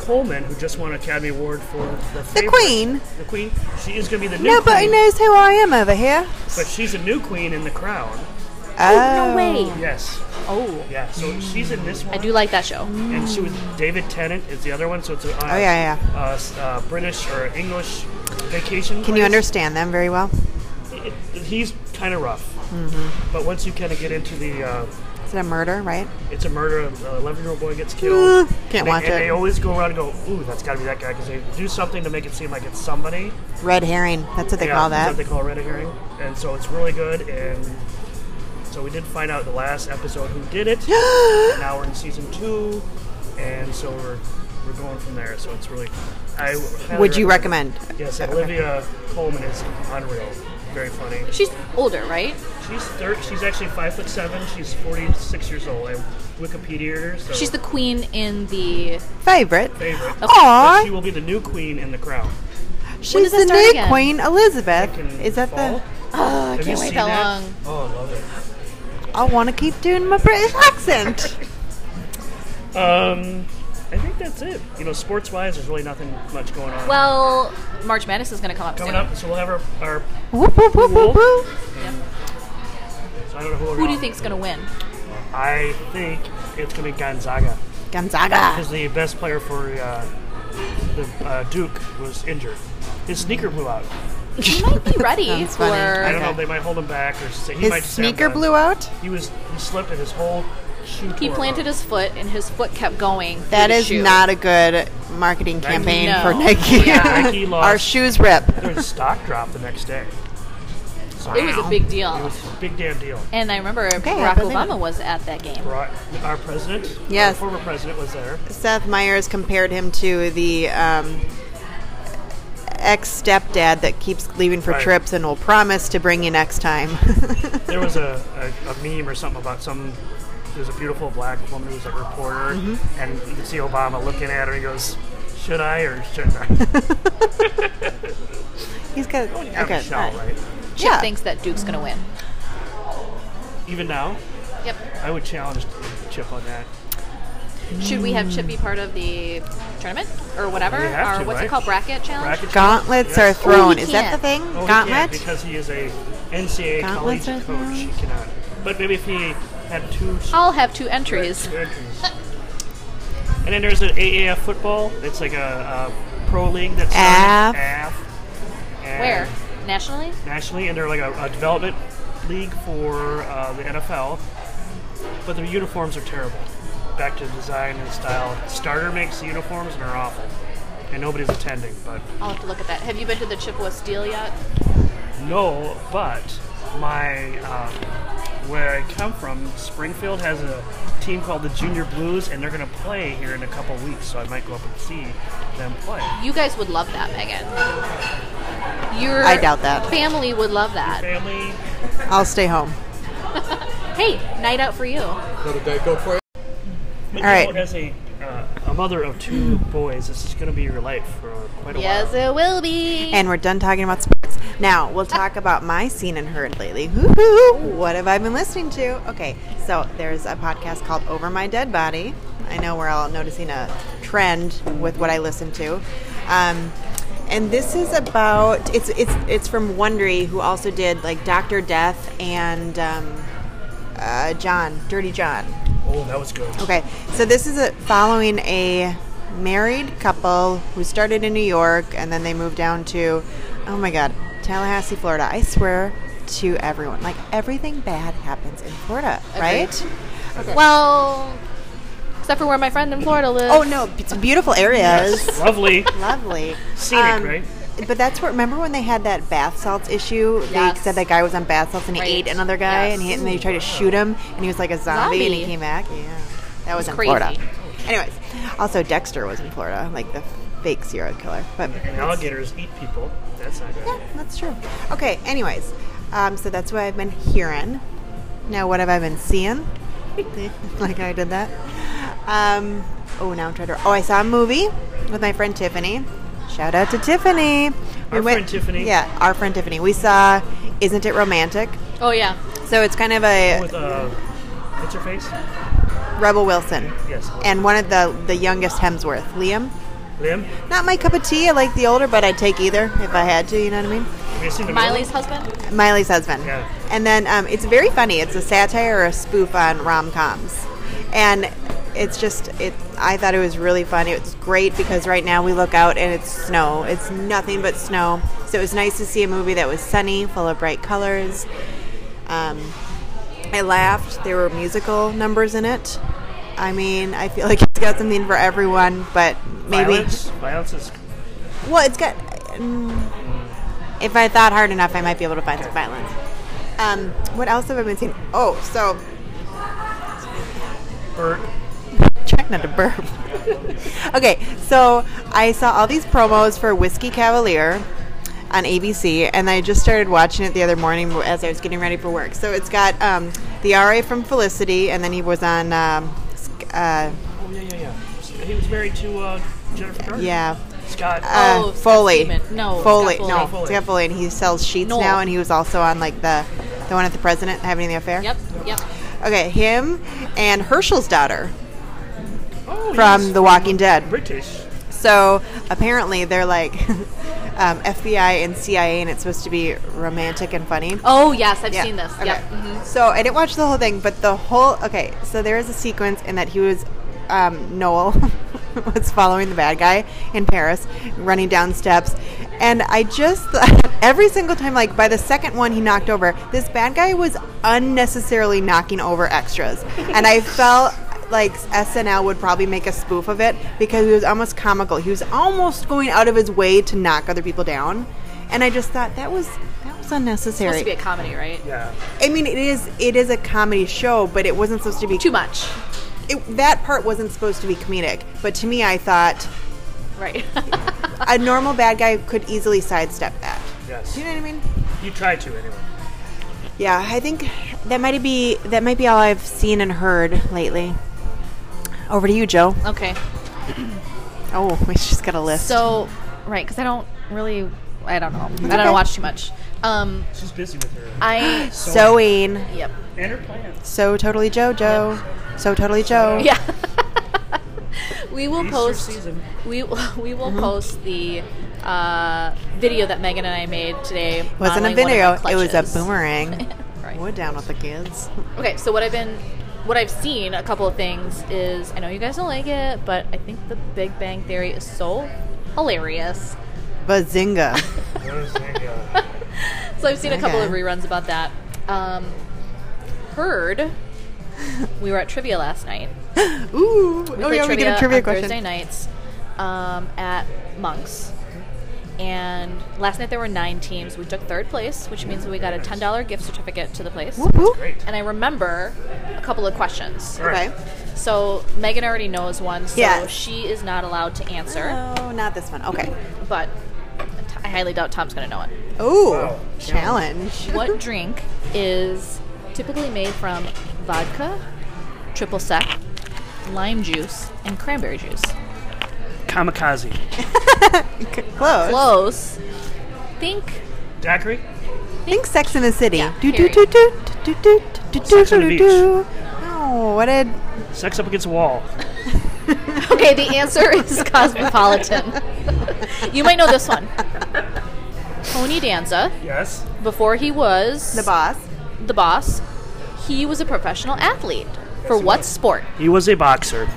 [SPEAKER 2] Coleman, who just won an Academy Award for the, Favourite.
[SPEAKER 1] Queen.
[SPEAKER 2] The Queen. She is going to be the new
[SPEAKER 1] Nobody
[SPEAKER 2] Queen,
[SPEAKER 1] knows who I am over here.
[SPEAKER 2] but she's a new Queen in The Crown.
[SPEAKER 3] Oh, No way.
[SPEAKER 2] Yes,
[SPEAKER 3] Oh.
[SPEAKER 2] yeah. So she's in this one,
[SPEAKER 3] I do like that show.
[SPEAKER 2] and she was David Tennant is the other one. So it's a uh,
[SPEAKER 1] Oh, yeah,
[SPEAKER 2] uh, s- uh, British or English vacation.
[SPEAKER 1] Can you
[SPEAKER 2] place.
[SPEAKER 1] understand them very well?
[SPEAKER 2] It- it- he's kind of rough,
[SPEAKER 1] Mm-hmm.
[SPEAKER 2] but once you kind of get into the uh,
[SPEAKER 1] Is it a murder, right?
[SPEAKER 2] it's a murder. An eleven-year-old boy gets
[SPEAKER 1] Uh,
[SPEAKER 2] killed.
[SPEAKER 1] can't
[SPEAKER 2] and
[SPEAKER 1] watch
[SPEAKER 2] they, and
[SPEAKER 1] it.
[SPEAKER 2] they always go around and go, "Ooh, that's got to be that guy," because they do something to make it seem like it's somebody.
[SPEAKER 1] Red herring. That's what they call
[SPEAKER 2] that's
[SPEAKER 1] that.
[SPEAKER 2] what they call a red herring. And so it's really good. And so we did find out the last episode who did it. And now we're in season two, and so we're we're going from there. So it's really. I highly
[SPEAKER 1] Would you
[SPEAKER 2] it.
[SPEAKER 1] recommend?
[SPEAKER 2] Yes,
[SPEAKER 1] Okay.
[SPEAKER 2] Olivia Coleman is unreal. Very funny.
[SPEAKER 3] She's older, right?
[SPEAKER 2] She's thir- She's actually five foot seven. She's forty six years old. I Wikipedia her. So
[SPEAKER 3] She's the queen in the.
[SPEAKER 1] Favorite.
[SPEAKER 2] favorite. But
[SPEAKER 1] Aww,
[SPEAKER 2] she will be the new queen in the crown.
[SPEAKER 1] she's
[SPEAKER 3] does it
[SPEAKER 1] the
[SPEAKER 3] start
[SPEAKER 1] new
[SPEAKER 3] again?
[SPEAKER 1] Queen Elizabeth.
[SPEAKER 2] Can
[SPEAKER 1] Is that
[SPEAKER 2] fall.
[SPEAKER 1] the? Ah,
[SPEAKER 3] Oh, I
[SPEAKER 2] Have you
[SPEAKER 3] can't wait
[SPEAKER 2] seen
[SPEAKER 3] that,
[SPEAKER 2] that?
[SPEAKER 3] long.
[SPEAKER 2] Oh, I love it.
[SPEAKER 1] I want to keep doing my British accent.
[SPEAKER 2] Um, I think that's it. You know, sports wise, there's really nothing much going on.
[SPEAKER 3] Well, March Madness is going to come up
[SPEAKER 2] coming
[SPEAKER 3] soon.
[SPEAKER 2] up, so we'll have our. our
[SPEAKER 1] whoop, whoop, whoop, whoop, whoop.
[SPEAKER 2] so I don't know who.
[SPEAKER 3] Who do you think's going to win?
[SPEAKER 2] I think it's gonna be Gonzaga
[SPEAKER 1] Gonzaga.
[SPEAKER 2] because the best player for uh, the uh, Duke was injured. His sneaker blew out.
[SPEAKER 3] He might be ready
[SPEAKER 1] Sounds
[SPEAKER 3] for.
[SPEAKER 1] funny.
[SPEAKER 2] I don't know.
[SPEAKER 1] Okay.
[SPEAKER 2] They might hold him back, or say, he
[SPEAKER 1] His
[SPEAKER 2] might. just have
[SPEAKER 1] sneaker
[SPEAKER 2] to-
[SPEAKER 1] blew out.
[SPEAKER 2] He was. He slipped, and his whole shoe.
[SPEAKER 3] He
[SPEAKER 2] tore
[SPEAKER 3] planted
[SPEAKER 2] up.
[SPEAKER 3] his foot, and his foot kept going. through
[SPEAKER 1] That
[SPEAKER 3] the
[SPEAKER 1] is
[SPEAKER 3] shoe.
[SPEAKER 1] not a good marketing campaign
[SPEAKER 3] No.
[SPEAKER 1] for Nike.
[SPEAKER 2] Yeah, Nike lost.
[SPEAKER 1] Our shoes rip.
[SPEAKER 2] Their stock dropped the next day. So
[SPEAKER 3] It was a big deal.
[SPEAKER 2] It was a big damn deal.
[SPEAKER 3] And I remember
[SPEAKER 1] I
[SPEAKER 3] Barack
[SPEAKER 1] believe
[SPEAKER 3] Obama
[SPEAKER 1] it.
[SPEAKER 3] was at that game.
[SPEAKER 2] Barack- Our president,
[SPEAKER 1] Yes.
[SPEAKER 2] our former president, was there.
[SPEAKER 1] Seth Meyers compared him to the um, ex stepdad that keeps leaving for
[SPEAKER 2] Right.
[SPEAKER 1] trips and will promise to bring you next time.
[SPEAKER 2] There was a, a, a meme or something about some. There's a beautiful black woman who was a reporter,
[SPEAKER 1] Mm-hmm.
[SPEAKER 2] and you can see Obama looking at her. He goes, "Should I or shouldn't I?"
[SPEAKER 1] He's got
[SPEAKER 2] Have a
[SPEAKER 1] okay.
[SPEAKER 2] shot, right?
[SPEAKER 3] Chip
[SPEAKER 1] Yeah.
[SPEAKER 3] thinks that Duke's going to win.
[SPEAKER 2] Even now,
[SPEAKER 3] Yep.
[SPEAKER 2] I would challenge Chip on that.
[SPEAKER 3] Should we have Chip be part of the tournament or whatever?
[SPEAKER 2] We have
[SPEAKER 3] or
[SPEAKER 2] to,
[SPEAKER 3] what's it
[SPEAKER 2] right?
[SPEAKER 3] called? Bracket challenge?
[SPEAKER 2] Bracket
[SPEAKER 1] Gauntlets
[SPEAKER 2] Yes.
[SPEAKER 1] are thrown.
[SPEAKER 3] he
[SPEAKER 1] Is that the thing?
[SPEAKER 3] can't.
[SPEAKER 2] Oh, he can't
[SPEAKER 1] Gauntlet?
[SPEAKER 2] because he is a NCAA
[SPEAKER 1] Gauntlets
[SPEAKER 2] college
[SPEAKER 1] are
[SPEAKER 2] coach. He cannot. But maybe if he had two s-
[SPEAKER 3] I'll have two entries.
[SPEAKER 2] two entries. and then there's an AAF football. It's like a, a pro league that's
[SPEAKER 1] AF.
[SPEAKER 2] and
[SPEAKER 3] Where? Nationally?
[SPEAKER 2] Nationally, and they're like a, a development league for uh, the NFL. But their uniforms are terrible. Back to design and style. Starter makes the uniforms and are awful. And nobody's attending, but
[SPEAKER 3] I'll have to look at that. Have you been to the Chippewa Steel yet?
[SPEAKER 2] No, but my um, where I come from, Springfield has a team called the Junior Blues, and they're going to play here in a couple weeks. So I might go up and see them play.
[SPEAKER 3] You guys would love that, Megan. Your
[SPEAKER 1] I doubt that.
[SPEAKER 3] Family would love that.
[SPEAKER 2] Family,
[SPEAKER 1] I'll stay home.
[SPEAKER 3] Hey, night out for you.
[SPEAKER 4] Go to Geico for it.
[SPEAKER 2] but
[SPEAKER 1] All right.
[SPEAKER 2] you know, as a uh, a mother of two boys, this is going to be your life for quite a
[SPEAKER 3] Yes,
[SPEAKER 2] while.
[SPEAKER 3] it will be.
[SPEAKER 1] And we're done talking about sports. Now we'll talk about my seen and heard lately. Woo-hoo! What have I been listening to? Okay, so there's a podcast called Over My Dead Body. I know we're all noticing a trend with what I listen to. Um, and this is about it's it's it's from Wondery, who also did like Doctor Death and um, uh, John, Dirty John.
[SPEAKER 2] Oh, that was good.
[SPEAKER 1] Okay, so this is a, following a married couple who started in New York and then they moved down to, oh my God, Tallahassee, Florida. I swear to everyone, like everything bad happens in Florida, right?
[SPEAKER 3] Well, except for where my friend in Florida lives.
[SPEAKER 1] Oh no, it's beautiful areas,
[SPEAKER 2] Lovely.
[SPEAKER 1] lovely,
[SPEAKER 2] Scenic,
[SPEAKER 1] Um,
[SPEAKER 2] right?
[SPEAKER 1] But that's where. Remember when they had that bath salts issue?
[SPEAKER 3] Yes.
[SPEAKER 1] They said that guy was on bath salts and he ate
[SPEAKER 3] Right.
[SPEAKER 1] another guy,
[SPEAKER 3] Yes.
[SPEAKER 1] and he and they tried to shoot him, and he was like a zombie, and he
[SPEAKER 3] Zombie.
[SPEAKER 1] came back. Yeah, that was in
[SPEAKER 3] crazy.
[SPEAKER 1] Florida. Anyways, also Dexter was in Florida, like the fake serial killer. But
[SPEAKER 2] And alligators eat people. That's not good.
[SPEAKER 1] yeah, that's true. Okay. Anyways, um, so that's what I've been hearing. Now, what have I been seeing? like I did that. Um, oh, now I'm trying to. Oh, I saw a movie with my friend Tiffany. Shout out to Tiffany.
[SPEAKER 2] Our friend Tiffany.
[SPEAKER 1] Yeah, our friend Tiffany. We saw "Isn't It Romantic?"
[SPEAKER 3] Oh, yeah.
[SPEAKER 1] So it's kind of a
[SPEAKER 2] With uh, what's her face?
[SPEAKER 1] Rebel Wilson.
[SPEAKER 2] Yes.
[SPEAKER 1] And one of the the youngest Hemsworth, Liam.
[SPEAKER 2] Liam.
[SPEAKER 1] Not my cup of tea. I like the older, but I'd take either if I had to. You know what I mean?
[SPEAKER 2] Have you seen the
[SPEAKER 3] Miley's
[SPEAKER 2] movie?
[SPEAKER 3] husband?
[SPEAKER 1] Miley's husband.
[SPEAKER 2] Yeah.
[SPEAKER 1] And then um, it's very funny. It's a satire or a spoof on rom coms, and it's just it. I thought it was really fun. It was great because right now we look out and it's snow. It's nothing but snow. So it was nice to see a movie that was sunny, full of bright colors. Um, I laughed. There were musical numbers in it. I mean, I feel like it's got something for everyone, but maybe
[SPEAKER 2] Violence. Violence is
[SPEAKER 1] well, it's got. mm, if I thought hard enough, I might be able to find some violence. Um, what else have I been seeing? Oh, so
[SPEAKER 2] Bert.
[SPEAKER 1] trying not to burp. okay, so I saw all these promos for Whiskey Cavalier on ABC, and I just started watching it the other morning as I was getting ready for work. So it's got um, the RA from Felicity, and then he was on. Um, Sc- uh,
[SPEAKER 2] Oh yeah, yeah, yeah. He was married to uh, Jennifer Garner.
[SPEAKER 1] yeah.
[SPEAKER 2] Scott.
[SPEAKER 1] uh,
[SPEAKER 3] Oh, Scott
[SPEAKER 1] Foley.
[SPEAKER 3] Speedman. No,
[SPEAKER 1] Foley.
[SPEAKER 3] Scott
[SPEAKER 1] No,
[SPEAKER 3] Foley.
[SPEAKER 2] Foley.
[SPEAKER 1] Scott Foley, and he sells sheets
[SPEAKER 3] No.
[SPEAKER 1] now, and he was also on like the the one at the president having the affair.
[SPEAKER 3] Yep, yep.
[SPEAKER 1] Okay, him and Herschel's daughter
[SPEAKER 2] Oh,
[SPEAKER 1] from
[SPEAKER 2] yes.
[SPEAKER 1] The Walking Dead.
[SPEAKER 2] British.
[SPEAKER 1] So apparently they're like um, FBI and CIA, and it's supposed to be romantic and funny.
[SPEAKER 3] Oh, yes, I've
[SPEAKER 1] Yeah.
[SPEAKER 3] seen this.
[SPEAKER 1] Okay.
[SPEAKER 3] Yep. mhm.
[SPEAKER 1] So I didn't watch the whole thing, but the whole okay. So there is a sequence in that he was um, Noel was following the bad guy in Paris, running down steps, and I just every single time, like by the second one he knocked over, this bad guy was unnecessarily knocking over extras, and I felt. Like SNL would probably make a spoof of it because he was almost comical. He was almost going out of his way to knock other people down and I just thought that was that was unnecessary.
[SPEAKER 3] supposed to be a comedy, right?
[SPEAKER 2] Yeah.
[SPEAKER 1] I mean, it is it is a comedy show, but it wasn't supposed to be
[SPEAKER 3] Too much,
[SPEAKER 1] it, that part wasn't supposed to be comedic. But to me, I thought
[SPEAKER 3] right?
[SPEAKER 1] a normal bad guy could easily sidestep that.
[SPEAKER 2] Yes.
[SPEAKER 1] Do you know what I mean?
[SPEAKER 2] You try to anyway.
[SPEAKER 1] Yeah, I think that might be that might be all I've seen and heard lately. Over to you, Joe.
[SPEAKER 3] okay,
[SPEAKER 1] Oh, we just got a list.
[SPEAKER 3] so right because I don't really, I don't know, I
[SPEAKER 1] okay.
[SPEAKER 3] don't watch too much. Um,
[SPEAKER 2] She's busy with her. uh,
[SPEAKER 3] I
[SPEAKER 1] Sewing.
[SPEAKER 3] yep,
[SPEAKER 2] and her plants.
[SPEAKER 1] So totally Joe, Joe. So totally Joe.
[SPEAKER 3] yeah. we will
[SPEAKER 2] Easter
[SPEAKER 3] post.
[SPEAKER 2] season.
[SPEAKER 3] We we will post the uh, video that Megan and I made today.
[SPEAKER 1] It wasn't a
[SPEAKER 3] modeling one of
[SPEAKER 1] video.
[SPEAKER 3] our
[SPEAKER 1] It was a
[SPEAKER 3] clutches.
[SPEAKER 1] boomerang.
[SPEAKER 3] Right.
[SPEAKER 1] We're down with the kids.
[SPEAKER 3] Okay, so what I've been, what I've seen a couple of things is I know you guys don't like it, but I think The Big Bang Theory is so hilarious.
[SPEAKER 1] Bazinga.
[SPEAKER 2] Rosanna.
[SPEAKER 3] So I've seen a couple
[SPEAKER 1] Okay.
[SPEAKER 3] of reruns about that. Um, heard we were at trivia last night.
[SPEAKER 1] Ooh.
[SPEAKER 3] We
[SPEAKER 1] oh
[SPEAKER 3] played
[SPEAKER 1] yeah, we did a trivia
[SPEAKER 3] on
[SPEAKER 1] question.
[SPEAKER 3] Thursday nights um, at Monks. And last night there were nine teams. We took third place, which means we got a ten dollar gift certificate to the place.
[SPEAKER 1] Whoop, whoop.
[SPEAKER 2] Great.
[SPEAKER 3] And I remember a couple of questions.
[SPEAKER 2] All right.
[SPEAKER 1] Okay.
[SPEAKER 3] So Megan already knows one, so
[SPEAKER 1] Yes.
[SPEAKER 3] she is not allowed to answer.
[SPEAKER 1] Oh, not this one. Okay.
[SPEAKER 3] But t- I highly doubt Tom's going to know it.
[SPEAKER 1] Ooh.
[SPEAKER 2] Wow.
[SPEAKER 1] Challenge.
[SPEAKER 3] What drink is typically made from vodka, triple sec, lime juice, and cranberry juice?
[SPEAKER 2] Kamikaze.
[SPEAKER 1] Close.
[SPEAKER 3] Close. Think.
[SPEAKER 2] Daiquiri?
[SPEAKER 1] Think Sex in the City.
[SPEAKER 3] Yeah,
[SPEAKER 1] Do do
[SPEAKER 3] period.
[SPEAKER 1] do do do do do do
[SPEAKER 2] Sex on the
[SPEAKER 1] do
[SPEAKER 2] beach.
[SPEAKER 1] do. Oh, what a
[SPEAKER 2] Sex up against a wall.
[SPEAKER 3] Okay, the answer is cosmopolitan. you might know this one. Tony Danza,
[SPEAKER 2] Yes.
[SPEAKER 3] before he was
[SPEAKER 1] the boss.
[SPEAKER 3] the boss, he was a professional athlete. For
[SPEAKER 2] he
[SPEAKER 3] what
[SPEAKER 2] was.
[SPEAKER 3] sport?
[SPEAKER 2] He was a boxer.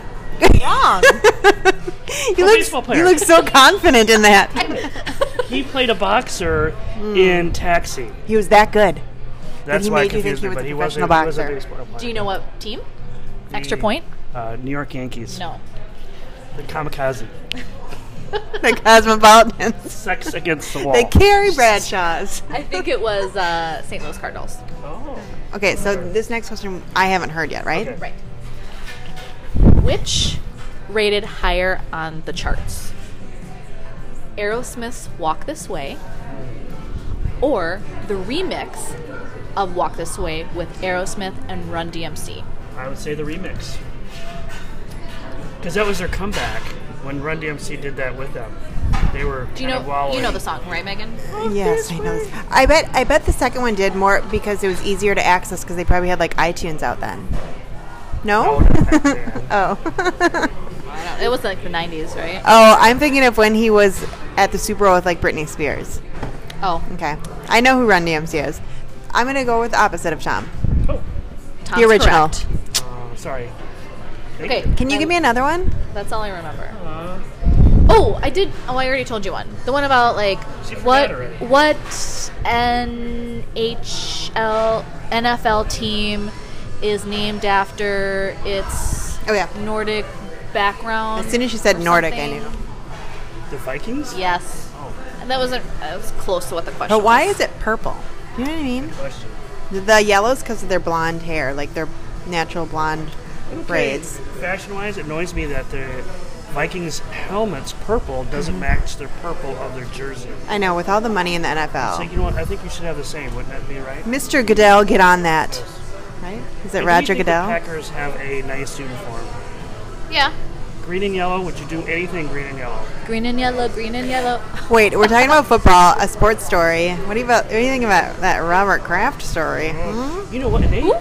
[SPEAKER 3] Wrong.
[SPEAKER 1] You
[SPEAKER 2] baseball
[SPEAKER 1] look
[SPEAKER 2] player.
[SPEAKER 1] you look so confident in that.
[SPEAKER 2] He played a boxer in Taxi.
[SPEAKER 1] He was that good. Hmm.
[SPEAKER 2] That's
[SPEAKER 1] he
[SPEAKER 2] why I
[SPEAKER 1] made you think
[SPEAKER 2] confused
[SPEAKER 1] he
[SPEAKER 2] me,
[SPEAKER 1] was
[SPEAKER 2] but
[SPEAKER 1] a
[SPEAKER 2] he was a,
[SPEAKER 1] professional
[SPEAKER 2] he was a
[SPEAKER 1] boxer.
[SPEAKER 2] baseball player.
[SPEAKER 3] Do you know what team? Extra
[SPEAKER 2] The-
[SPEAKER 3] point?
[SPEAKER 2] Uh, New York Yankees.
[SPEAKER 3] No.
[SPEAKER 2] The kamikaze.
[SPEAKER 1] The Cosmopolitans.
[SPEAKER 2] Sex against the wall.
[SPEAKER 1] The Carrie Bradshaws.
[SPEAKER 3] I think it was uh, St. Louis Cardinals.
[SPEAKER 2] Oh.
[SPEAKER 1] Okay, so this next question I haven't heard yet, right?
[SPEAKER 2] Okay.
[SPEAKER 3] Right. Which rated higher on the charts? Aerosmith's Walk This Way or the remix of Walk This Way with Aerosmith and Run DMC?
[SPEAKER 2] I would say the remix. Because that was their comeback when Run DMC did that with them. They were
[SPEAKER 3] Do you
[SPEAKER 2] kind of
[SPEAKER 3] know
[SPEAKER 2] wallowing.
[SPEAKER 3] you know the song, right Megan?
[SPEAKER 1] Yes, I know. This. I bet I bet the second one did more because it was easier to access because they probably had like iTunes out then.
[SPEAKER 2] Oh,
[SPEAKER 1] No?
[SPEAKER 2] not that band.
[SPEAKER 1] Oh.
[SPEAKER 3] I don't, it was like the 90s, right?
[SPEAKER 1] Oh, I'm thinking of when he was at the Super Bowl with like Britney Spears.
[SPEAKER 3] Oh,
[SPEAKER 1] Okay. I know who Run DMC is. I'm going to go with the opposite of Tom.
[SPEAKER 2] oh,
[SPEAKER 3] Tom's
[SPEAKER 1] the original.
[SPEAKER 3] correct.
[SPEAKER 2] uh, sorry. Thank
[SPEAKER 3] Okay,
[SPEAKER 2] you.
[SPEAKER 1] Can you give me another one?
[SPEAKER 3] That's all I remember.
[SPEAKER 2] Uh,
[SPEAKER 3] Oh, I did. Oh, I already told you one. The one about like
[SPEAKER 2] She
[SPEAKER 3] what
[SPEAKER 2] forgot already.
[SPEAKER 3] what NHL NFL team is named after its
[SPEAKER 1] Oh, yeah.
[SPEAKER 3] Nordic background.
[SPEAKER 1] As soon as you said
[SPEAKER 3] or
[SPEAKER 1] Nordic, I
[SPEAKER 3] something.
[SPEAKER 1] knew.
[SPEAKER 2] the Vikings?
[SPEAKER 3] Yes,
[SPEAKER 2] Oh,
[SPEAKER 3] and that wasn't. That was close to what the question.
[SPEAKER 1] But why
[SPEAKER 3] was.
[SPEAKER 1] is it purple? You know what I mean?
[SPEAKER 2] question.
[SPEAKER 1] The yellow's because of their blonde hair, like their natural blonde braids.
[SPEAKER 2] Fashion wise, it annoys me that the Vikings helmet's purple doesn't
[SPEAKER 3] Mm-hmm.
[SPEAKER 2] match the purple of their jersey.
[SPEAKER 1] I know, with all the money in the
[SPEAKER 2] So,
[SPEAKER 1] NFL.
[SPEAKER 2] you know what? I think you should have the same. Wouldn't that be right?
[SPEAKER 1] Mr. Goodell, get on that. Right? Is it
[SPEAKER 2] I do
[SPEAKER 1] Roger
[SPEAKER 2] think
[SPEAKER 1] Goodell?
[SPEAKER 2] The Packers have a nice uniform.
[SPEAKER 3] Yeah,
[SPEAKER 2] Green and yellow, would you do anything green and yellow?
[SPEAKER 3] green and yellow, green and yellow.
[SPEAKER 1] Wait, we're talking about football, a sports story. What do you about? What do you think about that Robert Kraft story? Hmm?
[SPEAKER 2] You know what? Name?
[SPEAKER 3] Who?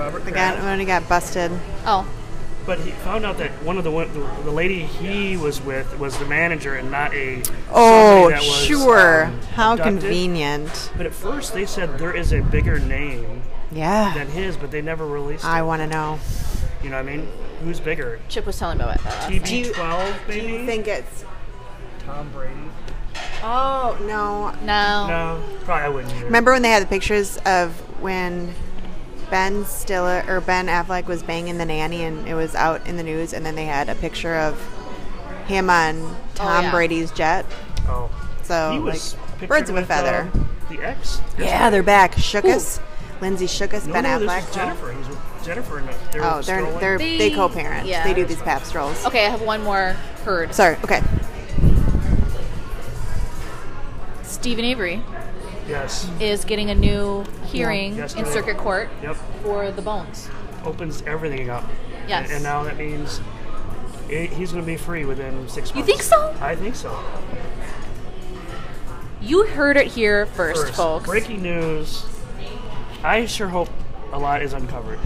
[SPEAKER 2] Robert
[SPEAKER 1] The guy
[SPEAKER 2] Kraft.
[SPEAKER 1] when he got busted.
[SPEAKER 3] Oh,
[SPEAKER 2] But he found out that one of the wo- the, the lady he was with was the manager and not a.
[SPEAKER 1] Oh,
[SPEAKER 2] somebody that was,
[SPEAKER 1] sure.
[SPEAKER 2] um,
[SPEAKER 1] How
[SPEAKER 2] abducted.
[SPEAKER 1] convenient.
[SPEAKER 2] But at first they said there is a bigger name
[SPEAKER 1] Yeah.
[SPEAKER 2] than his, but they never released.
[SPEAKER 1] I want to know.
[SPEAKER 2] it. You know what I mean? Who's bigger?
[SPEAKER 3] Chip was telling me about uh, that. last night.
[SPEAKER 2] TB12 maybe.
[SPEAKER 1] it's?
[SPEAKER 2] Tom Brady?
[SPEAKER 1] Oh no.
[SPEAKER 3] No.
[SPEAKER 2] No, probably I wouldn't. Either.
[SPEAKER 1] Remember when they had the pictures of when Ben Stiller or Ben Affleck was banging the nanny, and it was out in the news, and then they had a picture of him on Tom
[SPEAKER 3] yeah.
[SPEAKER 1] Brady's jet.
[SPEAKER 2] Oh,
[SPEAKER 1] So
[SPEAKER 2] he was
[SPEAKER 1] like,
[SPEAKER 2] picture
[SPEAKER 1] Birds of a
[SPEAKER 2] with, uh,
[SPEAKER 1] feather.
[SPEAKER 2] the ex.
[SPEAKER 1] Yeah, they're back. Shook us. Lindsay shook us.
[SPEAKER 2] No,
[SPEAKER 1] ben
[SPEAKER 2] no,
[SPEAKER 1] Affleck.
[SPEAKER 2] this is Jennifer. He's with Jennifer. And they're
[SPEAKER 1] Oh, they're
[SPEAKER 2] strolling.
[SPEAKER 1] they're they,
[SPEAKER 3] They-
[SPEAKER 1] co-parent.
[SPEAKER 3] yeah.
[SPEAKER 1] They do these pap strolls.
[SPEAKER 3] Okay, I have one more heard.
[SPEAKER 1] Sorry. Okay.
[SPEAKER 3] Stephen Avery
[SPEAKER 2] yes.
[SPEAKER 3] is getting a new hearing in
[SPEAKER 2] yesterday.
[SPEAKER 3] circuit court
[SPEAKER 2] Yep.
[SPEAKER 3] for the bones.
[SPEAKER 2] Opens everything up.
[SPEAKER 3] Yes.
[SPEAKER 2] And, and now that means i he's going to be free within six months.
[SPEAKER 3] You think so?
[SPEAKER 2] I think so.
[SPEAKER 3] You heard it here first,
[SPEAKER 2] First,
[SPEAKER 3] folks.
[SPEAKER 2] breaking news. I sure hope a lot is uncovered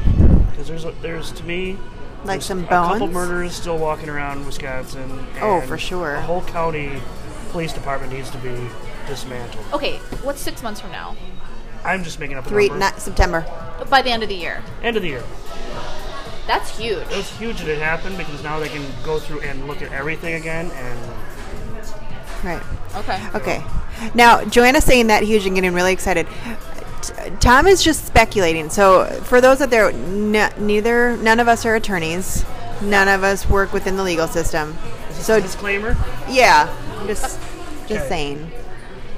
[SPEAKER 2] because there's a, there's to me
[SPEAKER 1] Like
[SPEAKER 2] there's
[SPEAKER 1] some
[SPEAKER 2] a couple
[SPEAKER 1] bones?
[SPEAKER 2] murderers still walking around Wisconsin.
[SPEAKER 1] Oh,
[SPEAKER 2] and
[SPEAKER 1] for sure.
[SPEAKER 2] The whole county police department needs to be dismantled.
[SPEAKER 3] Okay, what's six months from now?
[SPEAKER 2] I'm just making up a
[SPEAKER 1] Three.
[SPEAKER 2] number.
[SPEAKER 1] Not September.
[SPEAKER 3] By the end of the year.
[SPEAKER 2] End of the year.
[SPEAKER 3] That's huge.
[SPEAKER 2] It was huge that it happened because now they can go through and look at everything again and
[SPEAKER 1] Right.
[SPEAKER 3] Okay.
[SPEAKER 1] Okay. Now, Joanna saying that huge and getting really excited. T- Tom is just speculating. So, for those out there, n- neither none of us are attorneys. None of us work within the legal system. So,
[SPEAKER 2] disclaimer.
[SPEAKER 1] yeah, I'm just just
[SPEAKER 2] Okay.
[SPEAKER 1] saying.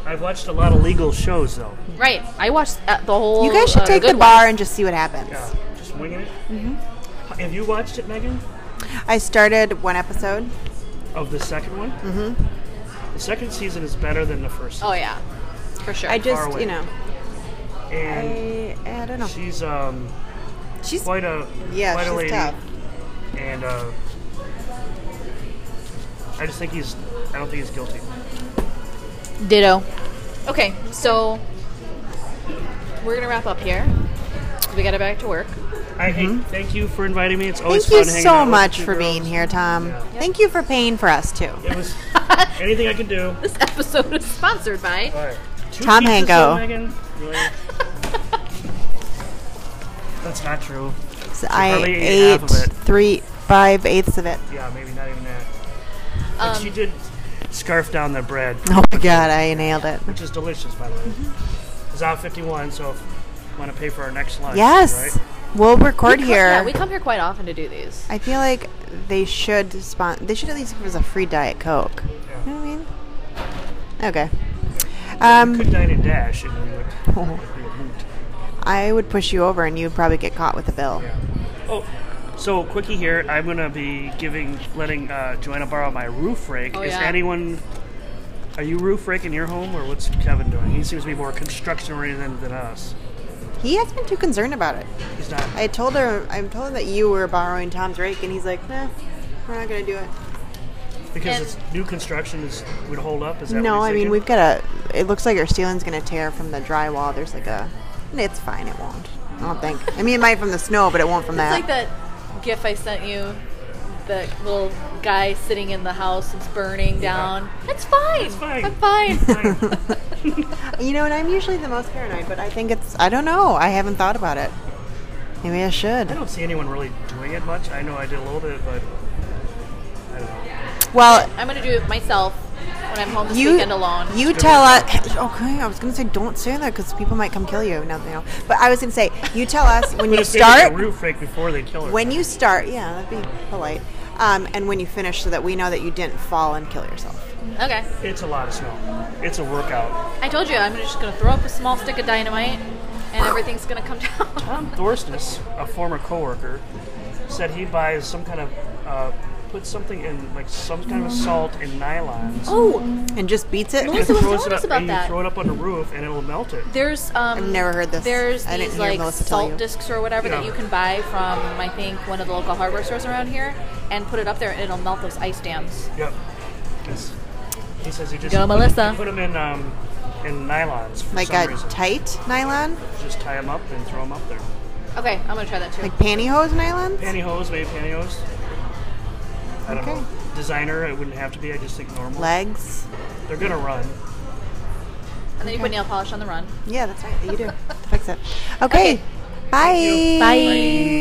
[SPEAKER 2] I've watched a lot of legal shows though.
[SPEAKER 3] Right. I watched uh, the whole.
[SPEAKER 1] You guys should
[SPEAKER 3] uh,
[SPEAKER 1] take the
[SPEAKER 3] Good
[SPEAKER 1] bar
[SPEAKER 3] Wife.
[SPEAKER 1] and just see what happens.
[SPEAKER 2] Yeah, just winging it. Mm-hmm. Have you watched it, Megan?
[SPEAKER 1] I started one episode.
[SPEAKER 2] Of the second one? Mm-hmm. The second season is better than the first
[SPEAKER 3] Oh yeah, for sure.
[SPEAKER 1] I just,
[SPEAKER 2] away.
[SPEAKER 1] you know,
[SPEAKER 2] season. And
[SPEAKER 1] I, I don't know.
[SPEAKER 2] she's um
[SPEAKER 1] She's
[SPEAKER 2] quite a
[SPEAKER 1] yeah,
[SPEAKER 2] quite a
[SPEAKER 1] she's
[SPEAKER 2] lady.
[SPEAKER 1] tough.
[SPEAKER 2] And uh I just think he's I don't think he's guilty.
[SPEAKER 3] Ditto. Okay, so we're gonna wrap up here. We gotta back to work.
[SPEAKER 2] I hate, thank you for inviting me. It's always
[SPEAKER 1] Mm-hmm. Thank you
[SPEAKER 2] fun hanging
[SPEAKER 1] so
[SPEAKER 2] out with
[SPEAKER 1] much
[SPEAKER 2] two
[SPEAKER 1] for being
[SPEAKER 2] girls.
[SPEAKER 1] here, Tom.
[SPEAKER 2] Yeah.
[SPEAKER 1] Thank you for paying for us too.
[SPEAKER 2] It was anything I can do.
[SPEAKER 3] This episode is sponsored by.
[SPEAKER 2] All right. Two
[SPEAKER 1] Tom
[SPEAKER 2] pizzas
[SPEAKER 1] Hanko.
[SPEAKER 2] though, Megan? Really? That's not true.
[SPEAKER 1] So I
[SPEAKER 2] probably ate
[SPEAKER 1] ate
[SPEAKER 2] half of it.
[SPEAKER 1] three five eighths of it.
[SPEAKER 2] Yeah, maybe not even that. But
[SPEAKER 3] Um,
[SPEAKER 2] she did scarf down the bread,
[SPEAKER 1] Oh my god, I nailed it.
[SPEAKER 2] which is delicious, by the way.
[SPEAKER 1] Mm-hmm.
[SPEAKER 2] It's out 51, so if you want to pay for our next lunch,
[SPEAKER 1] Yes,
[SPEAKER 2] right?
[SPEAKER 1] we'll record
[SPEAKER 3] We co-
[SPEAKER 1] here.
[SPEAKER 3] Yeah, we come here quite often to do these.
[SPEAKER 1] I feel like they should spon- They should at least give us a free diet coke. You know what I mean? Okay.
[SPEAKER 2] You
[SPEAKER 1] Um,
[SPEAKER 2] could dine and dash, and we would be a hoot.
[SPEAKER 1] I would push you over, and you'd probably get caught with a bill.
[SPEAKER 2] Yeah. Oh, so quickie here. I'm gonna be giving, letting uh, Joanna borrow my roof rake.
[SPEAKER 3] Oh,
[SPEAKER 2] is
[SPEAKER 3] yeah.
[SPEAKER 2] anyone? Are you roof raking your home, or what's Kevin doing? He seems to be more construction oriented than us.
[SPEAKER 1] He has been too concerned about it.
[SPEAKER 2] He's not.
[SPEAKER 1] I told her, I told him that you were borrowing Tom's rake, and he's like, "Nah, we're not gonna do it."
[SPEAKER 2] Because
[SPEAKER 3] And-
[SPEAKER 2] it's new construction is would hold up. Is that
[SPEAKER 1] No,
[SPEAKER 2] what
[SPEAKER 1] I
[SPEAKER 2] he's
[SPEAKER 1] mean
[SPEAKER 2] thinking?
[SPEAKER 1] we've got a. It looks like our ceiling's gonna tear from the drywall. There's like a. It's fine. It won't. I don't think. I mean, it might from the snow, but it won't from
[SPEAKER 3] It's
[SPEAKER 1] that.
[SPEAKER 3] like that GIF I sent you. The little guy sitting in the house, it's burning down. It's fine. It's
[SPEAKER 2] fine.
[SPEAKER 3] I'm fine.
[SPEAKER 1] You know, and I'm usually the most paranoid, but I think it's. I don't know. I haven't thought about it. Maybe I
[SPEAKER 2] I
[SPEAKER 1] should.
[SPEAKER 2] don't see anyone really doing it much. I know I did a little bit, but I don't know.
[SPEAKER 1] Well,
[SPEAKER 3] I'm gonna do it myself when I'm home this
[SPEAKER 1] you
[SPEAKER 3] weekend alone.
[SPEAKER 1] you tell us. Okay, I was gonna say don't say that because people might come kill you. Now they know. But I was gonna say you tell us when
[SPEAKER 2] But
[SPEAKER 1] you
[SPEAKER 2] if they make a
[SPEAKER 1] start.
[SPEAKER 2] roof rake before they kill her.
[SPEAKER 1] When you start, yeah, that'd be polite. Um, and when you finish, so that we know that you didn't fall and kill yourself.
[SPEAKER 3] okay.
[SPEAKER 2] it's a lot of snow. It's a workout.
[SPEAKER 3] I told you I'm just gonna throw up a small stick of dynamite and everything's gonna come down.
[SPEAKER 2] Tom Um, Thorsness, a former coworker, said he buys some kind of uh, put something in like some kind of salt in nylons.
[SPEAKER 3] Oh,
[SPEAKER 1] And just beats it.
[SPEAKER 2] and
[SPEAKER 3] Melissa was
[SPEAKER 2] throws
[SPEAKER 3] telling
[SPEAKER 2] it
[SPEAKER 3] us
[SPEAKER 2] up,
[SPEAKER 3] about
[SPEAKER 2] and
[SPEAKER 3] that.
[SPEAKER 2] you throw it up on the roof, and it'll melt it.
[SPEAKER 3] there's um.
[SPEAKER 1] I've never heard this.
[SPEAKER 3] There's
[SPEAKER 1] I didn't
[SPEAKER 3] these
[SPEAKER 1] hear
[SPEAKER 3] like
[SPEAKER 1] Melissa tell you.
[SPEAKER 3] salt discs or whatever that
[SPEAKER 2] Yeah.
[SPEAKER 3] you can buy from I think one of the local hardware stores around here, and put it up there and it'll melt those ice dams.
[SPEAKER 2] Yep. 'Cause He says he just
[SPEAKER 3] Go, Melissa.
[SPEAKER 2] Put them in um, in nylons for
[SPEAKER 1] Like
[SPEAKER 2] some
[SPEAKER 1] a
[SPEAKER 2] reason.
[SPEAKER 1] tight nylon,
[SPEAKER 2] just tie them up and throw them up there.
[SPEAKER 3] Okay, I'm gonna try that too.
[SPEAKER 1] like pantyhose nylon.
[SPEAKER 2] Pantyhose, maybe pantyhose. I don't
[SPEAKER 1] Okay.
[SPEAKER 2] know. Designer, it wouldn't have to be. I just think normal.
[SPEAKER 1] Legs.
[SPEAKER 2] They're gonna run.
[SPEAKER 3] and then you put nail polish on the run.
[SPEAKER 1] Yeah, that's right. You do. Fix it. Okay. Bye.
[SPEAKER 3] Bye.